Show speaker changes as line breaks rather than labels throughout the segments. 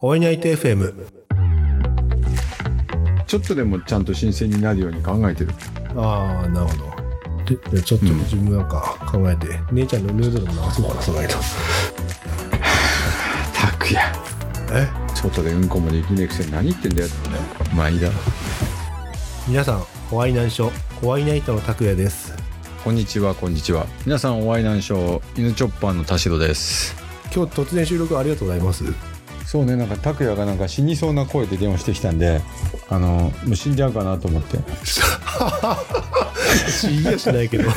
おいないと FM。
ちょっとでもちゃんと新鮮になるように考えてる。
ああ、なるほど。でじゃあちょっと自分なんか考えて、姉ちゃんのヌードルも流そうかな、その間。
たくや。
え
外でうんこもできねえくせに何言ってんだよ。まあいいだろ。
皆さん、お会い難所、お会いナイトの拓也です。
こんにちは、こんにちは。皆さんお会いなんしょう。犬チョッパーの田代です。
今日突然収録ありがとうございます。
そうね、なんか拓也がなんか死にそうな声で電話してきたんで、あの、もう死んじゃうかなと思って。
言いやしないけど。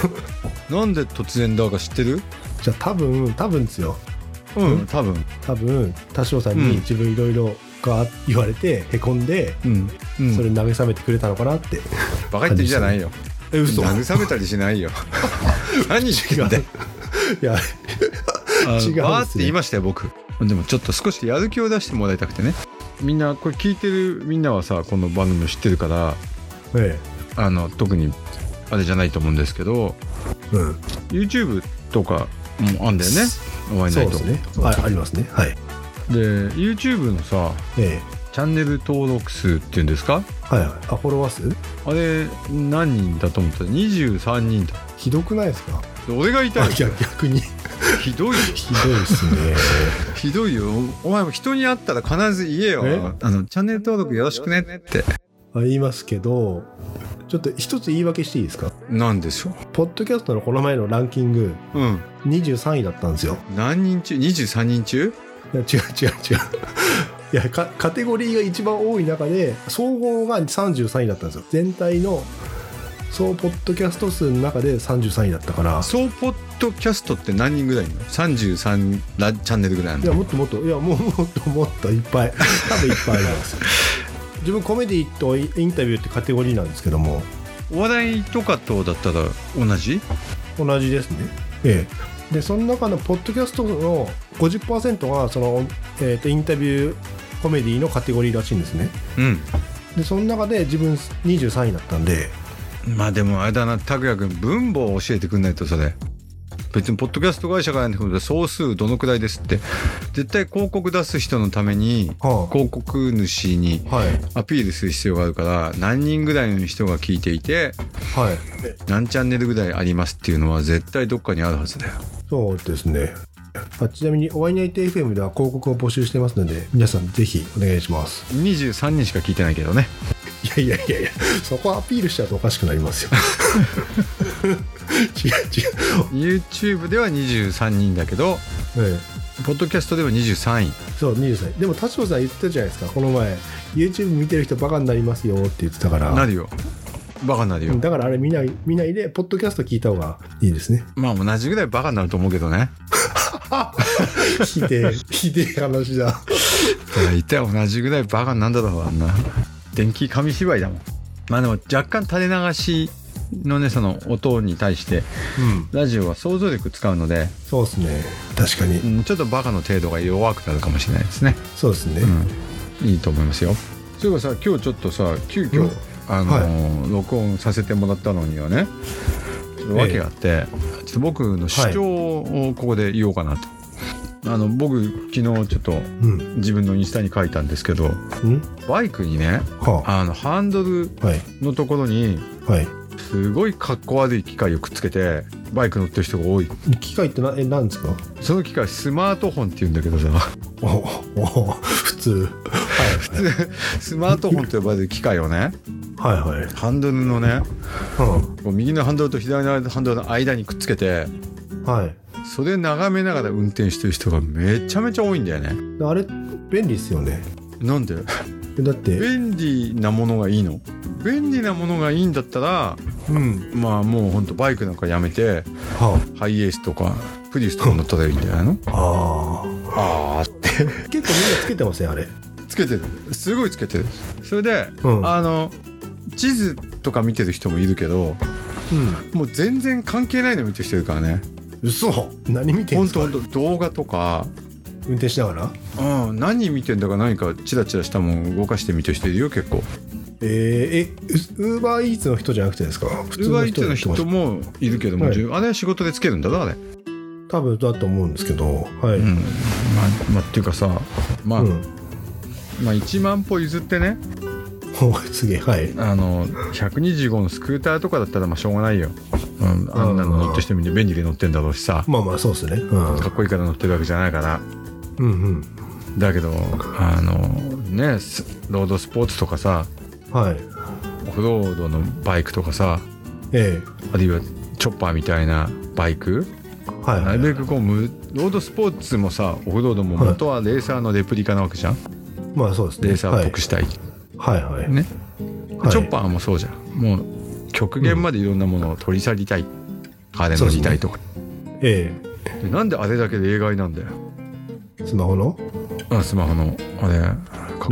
なんで突然だか知ってる
じゃあ多分、多分ですよ。
うん、多分。
多分、田代さんに自分いろいろが言われて、へこんで、
うん。うん、
それ慰めてくれたのかなって。
バカ言ってんじゃないよ。
え、
慰めたりしない よ。何言ってんだよ
いや、
あの
違うんですよ
わーって言いましたよ僕でもちょっと少しやる気を出してもらいたくてねみんなこれ聞いてるみんなはさこの番組を知ってるから
え
あの特にあれじゃないと思うんですけど
え。うん。
YouTube とかもあんだよねお会い
そ
な
う
い
で
と
すね。あありますね。はい。
で YouTube のさ
ええ。
チャンネル登録数っていうんですか
はいはい。あ、フォロワー数
あれ何人だと思った23人だ
ひどくないですか
で俺が痛い
いや、逆に。
ひどいよ
ひどいですね。
ひどいよおお前も人に会ったら必ず言え
え
よあのチャンネル登録よろしくねって
あ言いますけど、ちょっと一つ言い訳していいですか
なんでしょ
ポッドキャストのこの前のランキング、
ううん
23位だったんですよ。
何人中23人中
いや違う違う違う。いやかカテゴリーが一番多い中で総合が33位だったんですよ全体の総ポッドキャスト数の中で33位だったから
総ポッドキャストって何人ぐらいいんの33ラチャンネルぐらいあ
い
る
や
の
もっともっといやもうもっともっといっぱい多分いっぱいなんですよ自分コメディとインタビューってカテゴリーなんですけども
お笑いとかとだったら同じ
同じですねええでその中のポッドキャストの50%がその、えーとインタビューコメディのカテゴリーらしいんですね
うん
でその中で自分23位だったんで
まあでもあれだな拓也君分母を教えてくんないとそれ別にポッドキャスト会社からの総数どのくらいですって絶対広告出す人のために
は
広告主に
あはい
アピールする必要があるから何人ぐらいの人が聞いていて
はい
何チャンネルぐらいありますっていうのは絶対どっかにあるはずだよ
そうですねあちなみにお会いナイト FM では広告を募集してますので皆さんぜひお願いします
23人しか聞いてないけどね
いやいやいやいやそこアピールしちゃうとおかしくなり ますよ違う
YouTube では23人だけど
違う、ええ
ポッドキャストでは23位
そう20歳でも田代さん言ってたじゃないですかこの前 YouTube 見てる人バカになりますよって言ってたから
なるよバカになるよ、
うんだからあれ見ない見ないでポッドキャスト聞いた方がいいです ね
まあ同じぐらいバカになると思うけどね
ひでえひでえ話だ
大体同じぐらいバカになるだろうあんな電気紙芝居だもんまあでも若干垂れ流しのねその音に対して
うん
ラジオは想像力使うので、
そうですね確かに
うん、ちょっとバカの程度が弱くなるかもしれないですね
そうですね、
うんいいと思いますよそういえばさ今日ちょっとさ
う
急遽
ん
あのー録音させてもらったのにはねちょっと訳があって、ちょっと僕の主張をここで言おうかなと、あの僕昨日ちょっと
うん
自分のインスタに書いたんですけど
うん
バイクにね
は
あのハンドル
あはい
のところに
はい
すごいかっこ悪い機械をくっつけてバイク乗ってる人が多い
機械ってなえなんですか
その機械スマートフォンって言うんだけどさ
おお普通は
スマートフォンと呼ばれる機械をね
いはいはい
ハンドルのね
う
こう右のハンドルと左のハンドルの間にくっつけて
んはい
それ眺めながら運転してる人がめちゃめちゃ多いんだよね
あれ便利っすよね
なんで
だって
便利なものがいいの便利なものがいいんだったら
うん
まあもうほんとバイクなんかやめて
は
ハイエースとかプリウスとか乗ったらいいんじゃないの
あああ
ああ
結構みんなつけてませんあれ
つけてるすごいつけてるそれで、
うん
あの地図とか見てる人もいるけど
うん
もう全然関係ないの見てる人いるからね
嘘何見てん
本
すか
当本当動画とか
運転しながら
うん、何見てんだか何かチラチラしたもん動かしてみてる人いるよ結構
えー、えウーバーイーツの人じゃなくてですか普
ウーバーイーツの
やって
人
ま
もいるけども、
はい
じゅあれは仕事でつけるんだなあれ、
す多分だと思うんですけどはい、
うんまあ、まあっていうかさまあ、
うん
まあ、1万歩譲ってね
おすげえはい
あの125のスクーターとかだったらまあしょうがないよ、うん、あんなの乗ってる人みんな便利で乗ってんだろうしさ
まあまあそうですねうん
かっこいいから乗ってるわけじゃないから
うん
だけどあのねスロードスポーツとかさ
うんはい
オフロードのバイクとかさ
え
あるいはチョッパーみたいなバイク
えはい
な
はい
るべくこうむロードスポーツもさオフロードも元はレーサーのレプリカなわけじゃん、
まあそうですね
レーサーっぽくしたい、
はいはいはい
ね、
はい
チョッパーもそうじゃんもう極限までいろんなものを取り去りたい、家電の時代とか、
え
でなんであれだけ例外なんだよ
えスマホの
あスマホのあれか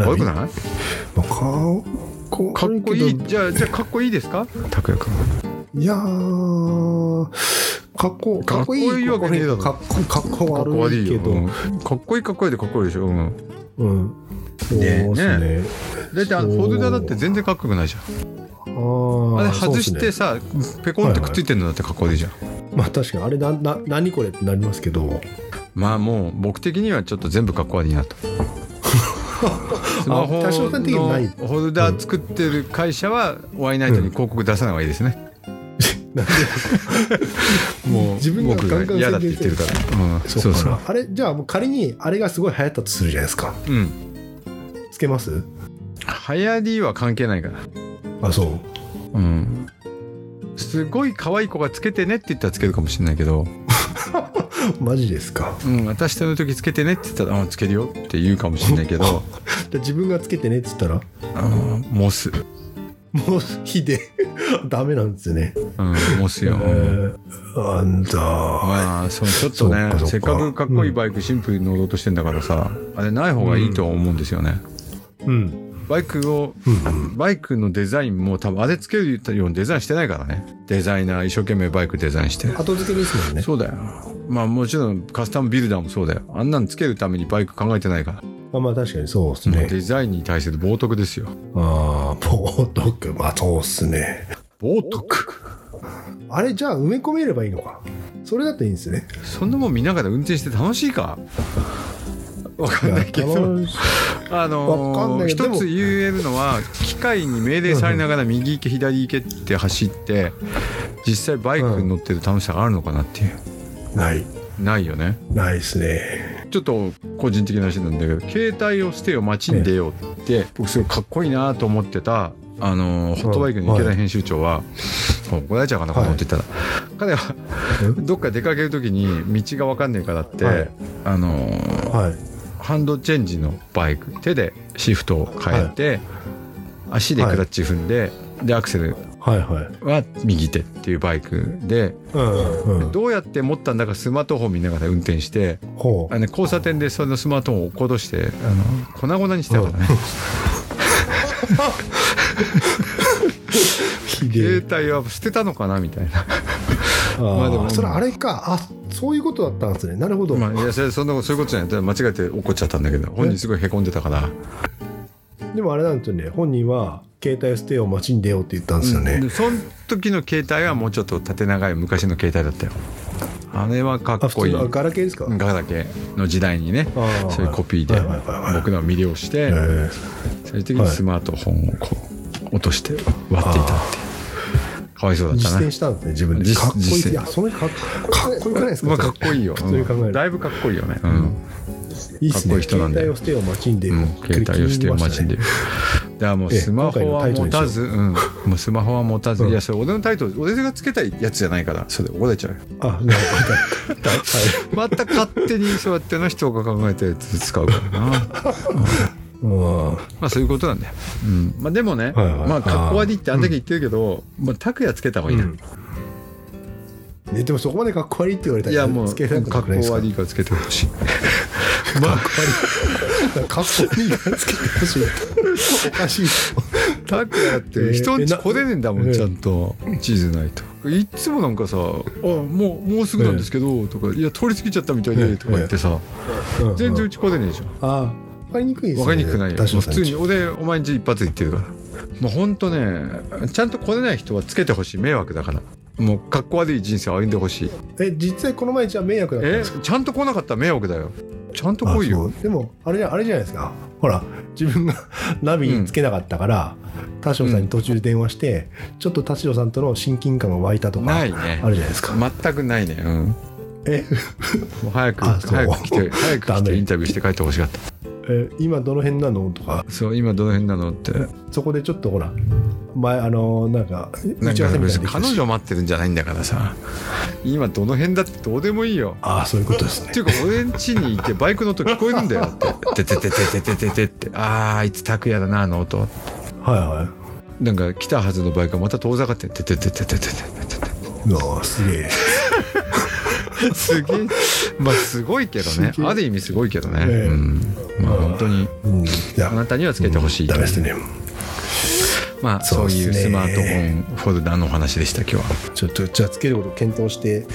っこよくない
まあ顔こ
かっこい
悪
い
けど
じゃあじゃあかっこいいですか拓也君
いやーかっこかっこいい
かっこいいわけねえだろ
かっこかっこ
かっこ
悪
悪
い
い
け
よ、
ど
うんかっこいいかっこいいでかっこいいでしょ、うん、
うんそうですね
ねだってあのフォルダだって全然かっこよくないじゃん
あー
あれ外し
そう
て
っすね
さ、ペコンってくっついてるのだってかっこいいじゃん、
まあ確かにあれなな何これってなりますけど
まあもう僕的にはちょっと全部かっこ悪い なとスマホ
あ多少さん的にない
のホルダー作ってる会社はワイナイトに広告出さない方がいいです ね、 もう
自分が
僕
ガンガン宣伝してる
が嫌だって言ってるから、うん、
そう
そう
か
そう
なあれじゃあもう仮にあれがすごい流行ったとするじゃないですか
うん
つけます
流行りは関係ないから
あそう
うんすごい可愛い子がつけてねって言ったらつけるかもしれないけど、
マジですか
うん、私との時つけてねって言ったらあ「つけるよ」って言うかもしれないけ ど
じゃあ自分がつけてねっつったら
あのモス、う
もう火で ダメなんですよね
ん、モスよ、
えー、あんだ
まあそうちょっ
そ
と
うか
ね
そうか
せっかくかっこいいバイクシンプルに乗ろうとしてんだからさ、あれない方がいいとは思うんですよね、
うん
バイクをバイクのデザインも多分あれつけるようにデザインしてないからねデザイナー一生懸命バイクデザインして
後付けですもんね
そうだよまあもちろんカスタムビルダーもそうだよあんなのつけるためにバイク考えてないから
まあまあ確かにそうです
もう
ね
デザインに対する冒涜ですよ
ああポートックまあそうっすね
冒涜
あれじゃあ埋め込めればいいのかそれだといいんですね
そんなもん見ながら運転して楽しいかわかん ないけ
いや
ど
楽し
あ
わかん
の
な
ー
いけど
一つ
でも
言えるのは機械に命令されながら右行け左行けって走って実際バイクに乗ってる楽しさがあるのかなっていう、
ない
ないよね
ないですね
ちょっと個人的な話なんだけど携帯を捨てよ街に出ようって僕すごいかっこいいなと思ってたあのーホットバイクの池田編集長は、怒られちゃうかなこのって言ったら、彼はどっか出かける時に道が分かんねえからって、
はい
あのー
はい
ハンドチェンジのバイク手でシフトを変えて、足でクラッチ踏んで、でアクセル
はいはい
は右手っていうバイクで
うんうん
どうやって持ったんだかスマートフォン見ながら運転して
ほ
あの交差点でそのスマートフォンを落っことしてあの粉々にしてた からね、
うひ
携帯は捨てたのかなみたいな
あー
まあでも
それあれかあそういうことだったんですねなるほど、
まあいやそれそんなことそういうことじゃないただ間違えて怒っちゃったんだけど本人すごいへこんでたから、
でもあれなんですよね本人は携帯捨てよう街に出ようって言ったんですよね、
でその時の携帯はもうちょっと縦長い昔の携帯だったよあれはか
あ
っ
普
こ
通
いい
のあガラケーですか、
ガラケーの時代にね
あー
そういうコピーで
はいはいはいはい
僕らを魅了して
えー
最終的にスマートフォンをこう落として割っていたっていうかわいそうだった
実践
な
したんですね自分で
実
かっこいい
実践
いやその人かっかっこよくないですか,、
まあかっこいいよ、
普通に考える
うんだいぶかっこいいよね、うん
いいっす
かっこい
ね
い人なんで
携帯を捨てよう街に出よ
う
う、
ん携帯をしてる街で
で
だからもう
ええ
スマホは
今回のタイトルにしよう
持たず、うん、もうスマホは持たず、
うん
いやそれ俺のタイトル俺がつけたいやつじゃないからそれ怒られちゃうよ
あなるほどはい
また勝手にそうやっての人が考えたやつ使うからな
うん
まあそういうことなんだよ、うんまあ、でもね、
はいはい
まあかっこ悪いってあんだけ言ってるけど、まあ、拓也つけた方がいいな、
うんね、でもそこまでかっこ悪いって言われたら
いやもう
つけられた
かっ
く
こ
ないですか
悪いからつけてほ しいまあ
かっこいいからつけてほしいおかしい
拓也って人ん
え
ち
な
来れねえんだもん
え
ちゃんと地図ないといっつもなんかさ「あもうもうすぐなんですけど」とか「いや通り過ぎちゃったみたいで」とか言ってさ
うんうん
全然うち来れねえじゃん
あ分かりにくいですよ
分か
ね
りにくくないよも
田
う
代
普
さん
通
ち
に俺お前んち一発言ってるからもうほんとねちゃんと来れない人はつけてほしい迷惑だからもうかっこ悪い人生を歩んでほしい
え実際この前じゃあ迷惑だったん
え
ですか
ちゃんと来なかったら迷惑だよちゃんと来い
あそ
よ
うでもあれじゃあれじゃないですかほら自分がナビにつけなかったから、田代さんに途中で電話して、ちょっと田代さんとの親近感が湧いたとか
な
あ
い
る
ね
じゃないですか、
全くないねうん
え
もう早く
あそう
早く来 て早く
ダ
来
メ
てインタビューして帰ってほしかった
え今どの辺なのとか
そう今どの辺なのって
そこでちょっとほら前あのなんか
な
打
ん
ち合わせみ
か
たいな
別に
のできた
彼
し
女待ってるんじゃないんだからさ今どの辺だってどうでもいいよ
ああそういうことですね
っていうか俺ん家にいてバイクの音聞こえるんだよって「てててててててて」って「あーあいつ拓也だなあの音
はいは」
なんか来たはずのバイクがまた遠ざかって「てててててててててて
いうわすげえ
て」すげえ まあすごいけどね
すげえ
ある意味すごいけどね、
ええ
うんまあ本当に
うんいや
あなたにはつけてほしい、
ダメですね
まあ
そ
そう
っ
う
すね
いうスマートフォンフォルダのお話でした今日は。
ちょっとじゃあつけることを検討して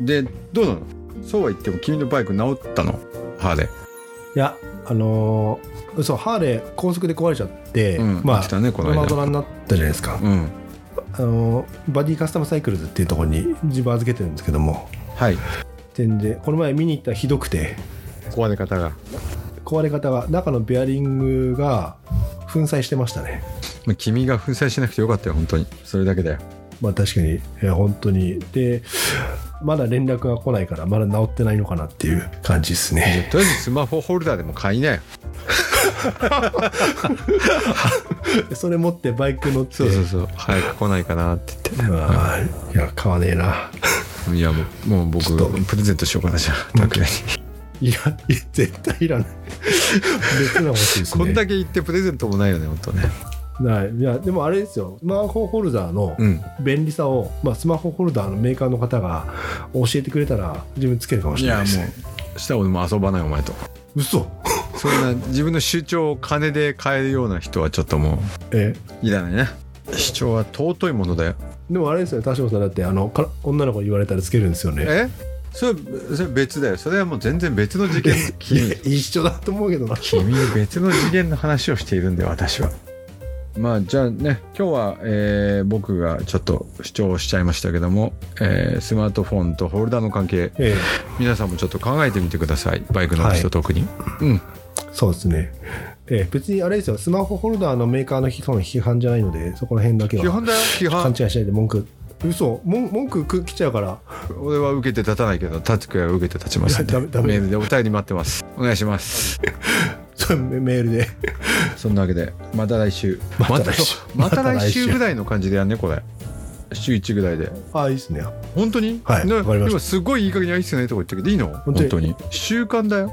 でどうなのそうは言っても君のバイク直ったのハーレー
いやあのーそうハーレー高速で壊れちゃって、
うん
ま
言
あ
ってたねこの間
マドラになったじゃないですか、
うん
あのーバディカスタムサイクルズっていうところに自分預けてるんですけども
はい
全然この前見に行ったらひどくて
壊れ方が
壊れ方が中のベアリングが粉砕してましたね
まあ君が粉砕しなくてよかったよ本当にそれだけ だよ
まあ確かに、いや本当にでまだ連絡が来ないからまだ治ってないのかなっていう感じですね
とりあえずスマホホルダーでも買いなよ
それ持ってバイク乗って
そうそうそう早く来ないかなって言っ
まあいや買わねえな
ていやもうもう
ちょ
僕
っと
プレゼントしようかなじゃあ拓也に
いやいや絶対いらない別なの欲しいですね
こんだけ言ってプレゼントもないよね本当ね
はいいやでもあれですよスマホホルダーの
うん
便利さを、まあ、スマホホルダーのメーカーの方が教えてくれたら自分つけるかもし
い
れ
や
ないで
も
す、ね、
うしたら俺も遊ばないお前と
嘘
そんな自分の主張を金で買えるような人はちょっとも
え
ういらないね主張は尊いものだよ
でもあれですよね田代さんだってあのから女の子に言われたらつけるんですよね
えそれそれ別だよそれはもう全然別の事件
いや
君
一緒だと思うけどな
君別の次元の話をしているんで私はまあじゃあね今日は、えー僕がちょっと主張しちゃいましたけども、えースマートフォンとホルダーの関係
ええ
皆さんもちょっと考えてみてくださいバイクの
はい
人特に、うん
そうですね、ええ、別にあれですよスマホホルダーのメーカーの人の批判じゃないのでそこら辺だけ
批
は
判だよ批
勘
判
違いしないで文句嘘文文句く来ちゃうから
俺は受けて立たないけどタツクヤは受けて立ちますん
い
で
やダメダメ
メールでお便り待ってますお願いします
それメールで
そんなわけでまた来週
また来週
また
また
来
来週
週ぐらいの感じでやんねこれ週1ぐらいで
ああいいですね
本当に
はい
な
わかりました
今すごいいい加減に愛してないとか言ったけどいいの
本
本
当に
当に習慣だよ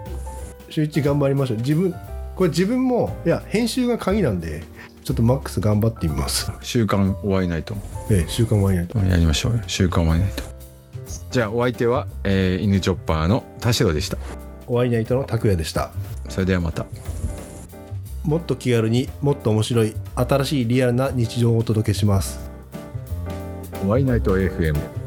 週一頑張りましょう自分これ自分もいや編集が鍵なんでちょっとマックス頑張ってみます
習慣終わりないと
ええ週間前に
やりましょうよ習慣終わりないとじゃあお相手は、えー、犬チョッパーの田代でした
お会いナイトの拓也でした
それではまた
もっと気軽にもっと面白い新しいリアルな日常をお届けします
お会いナイト FM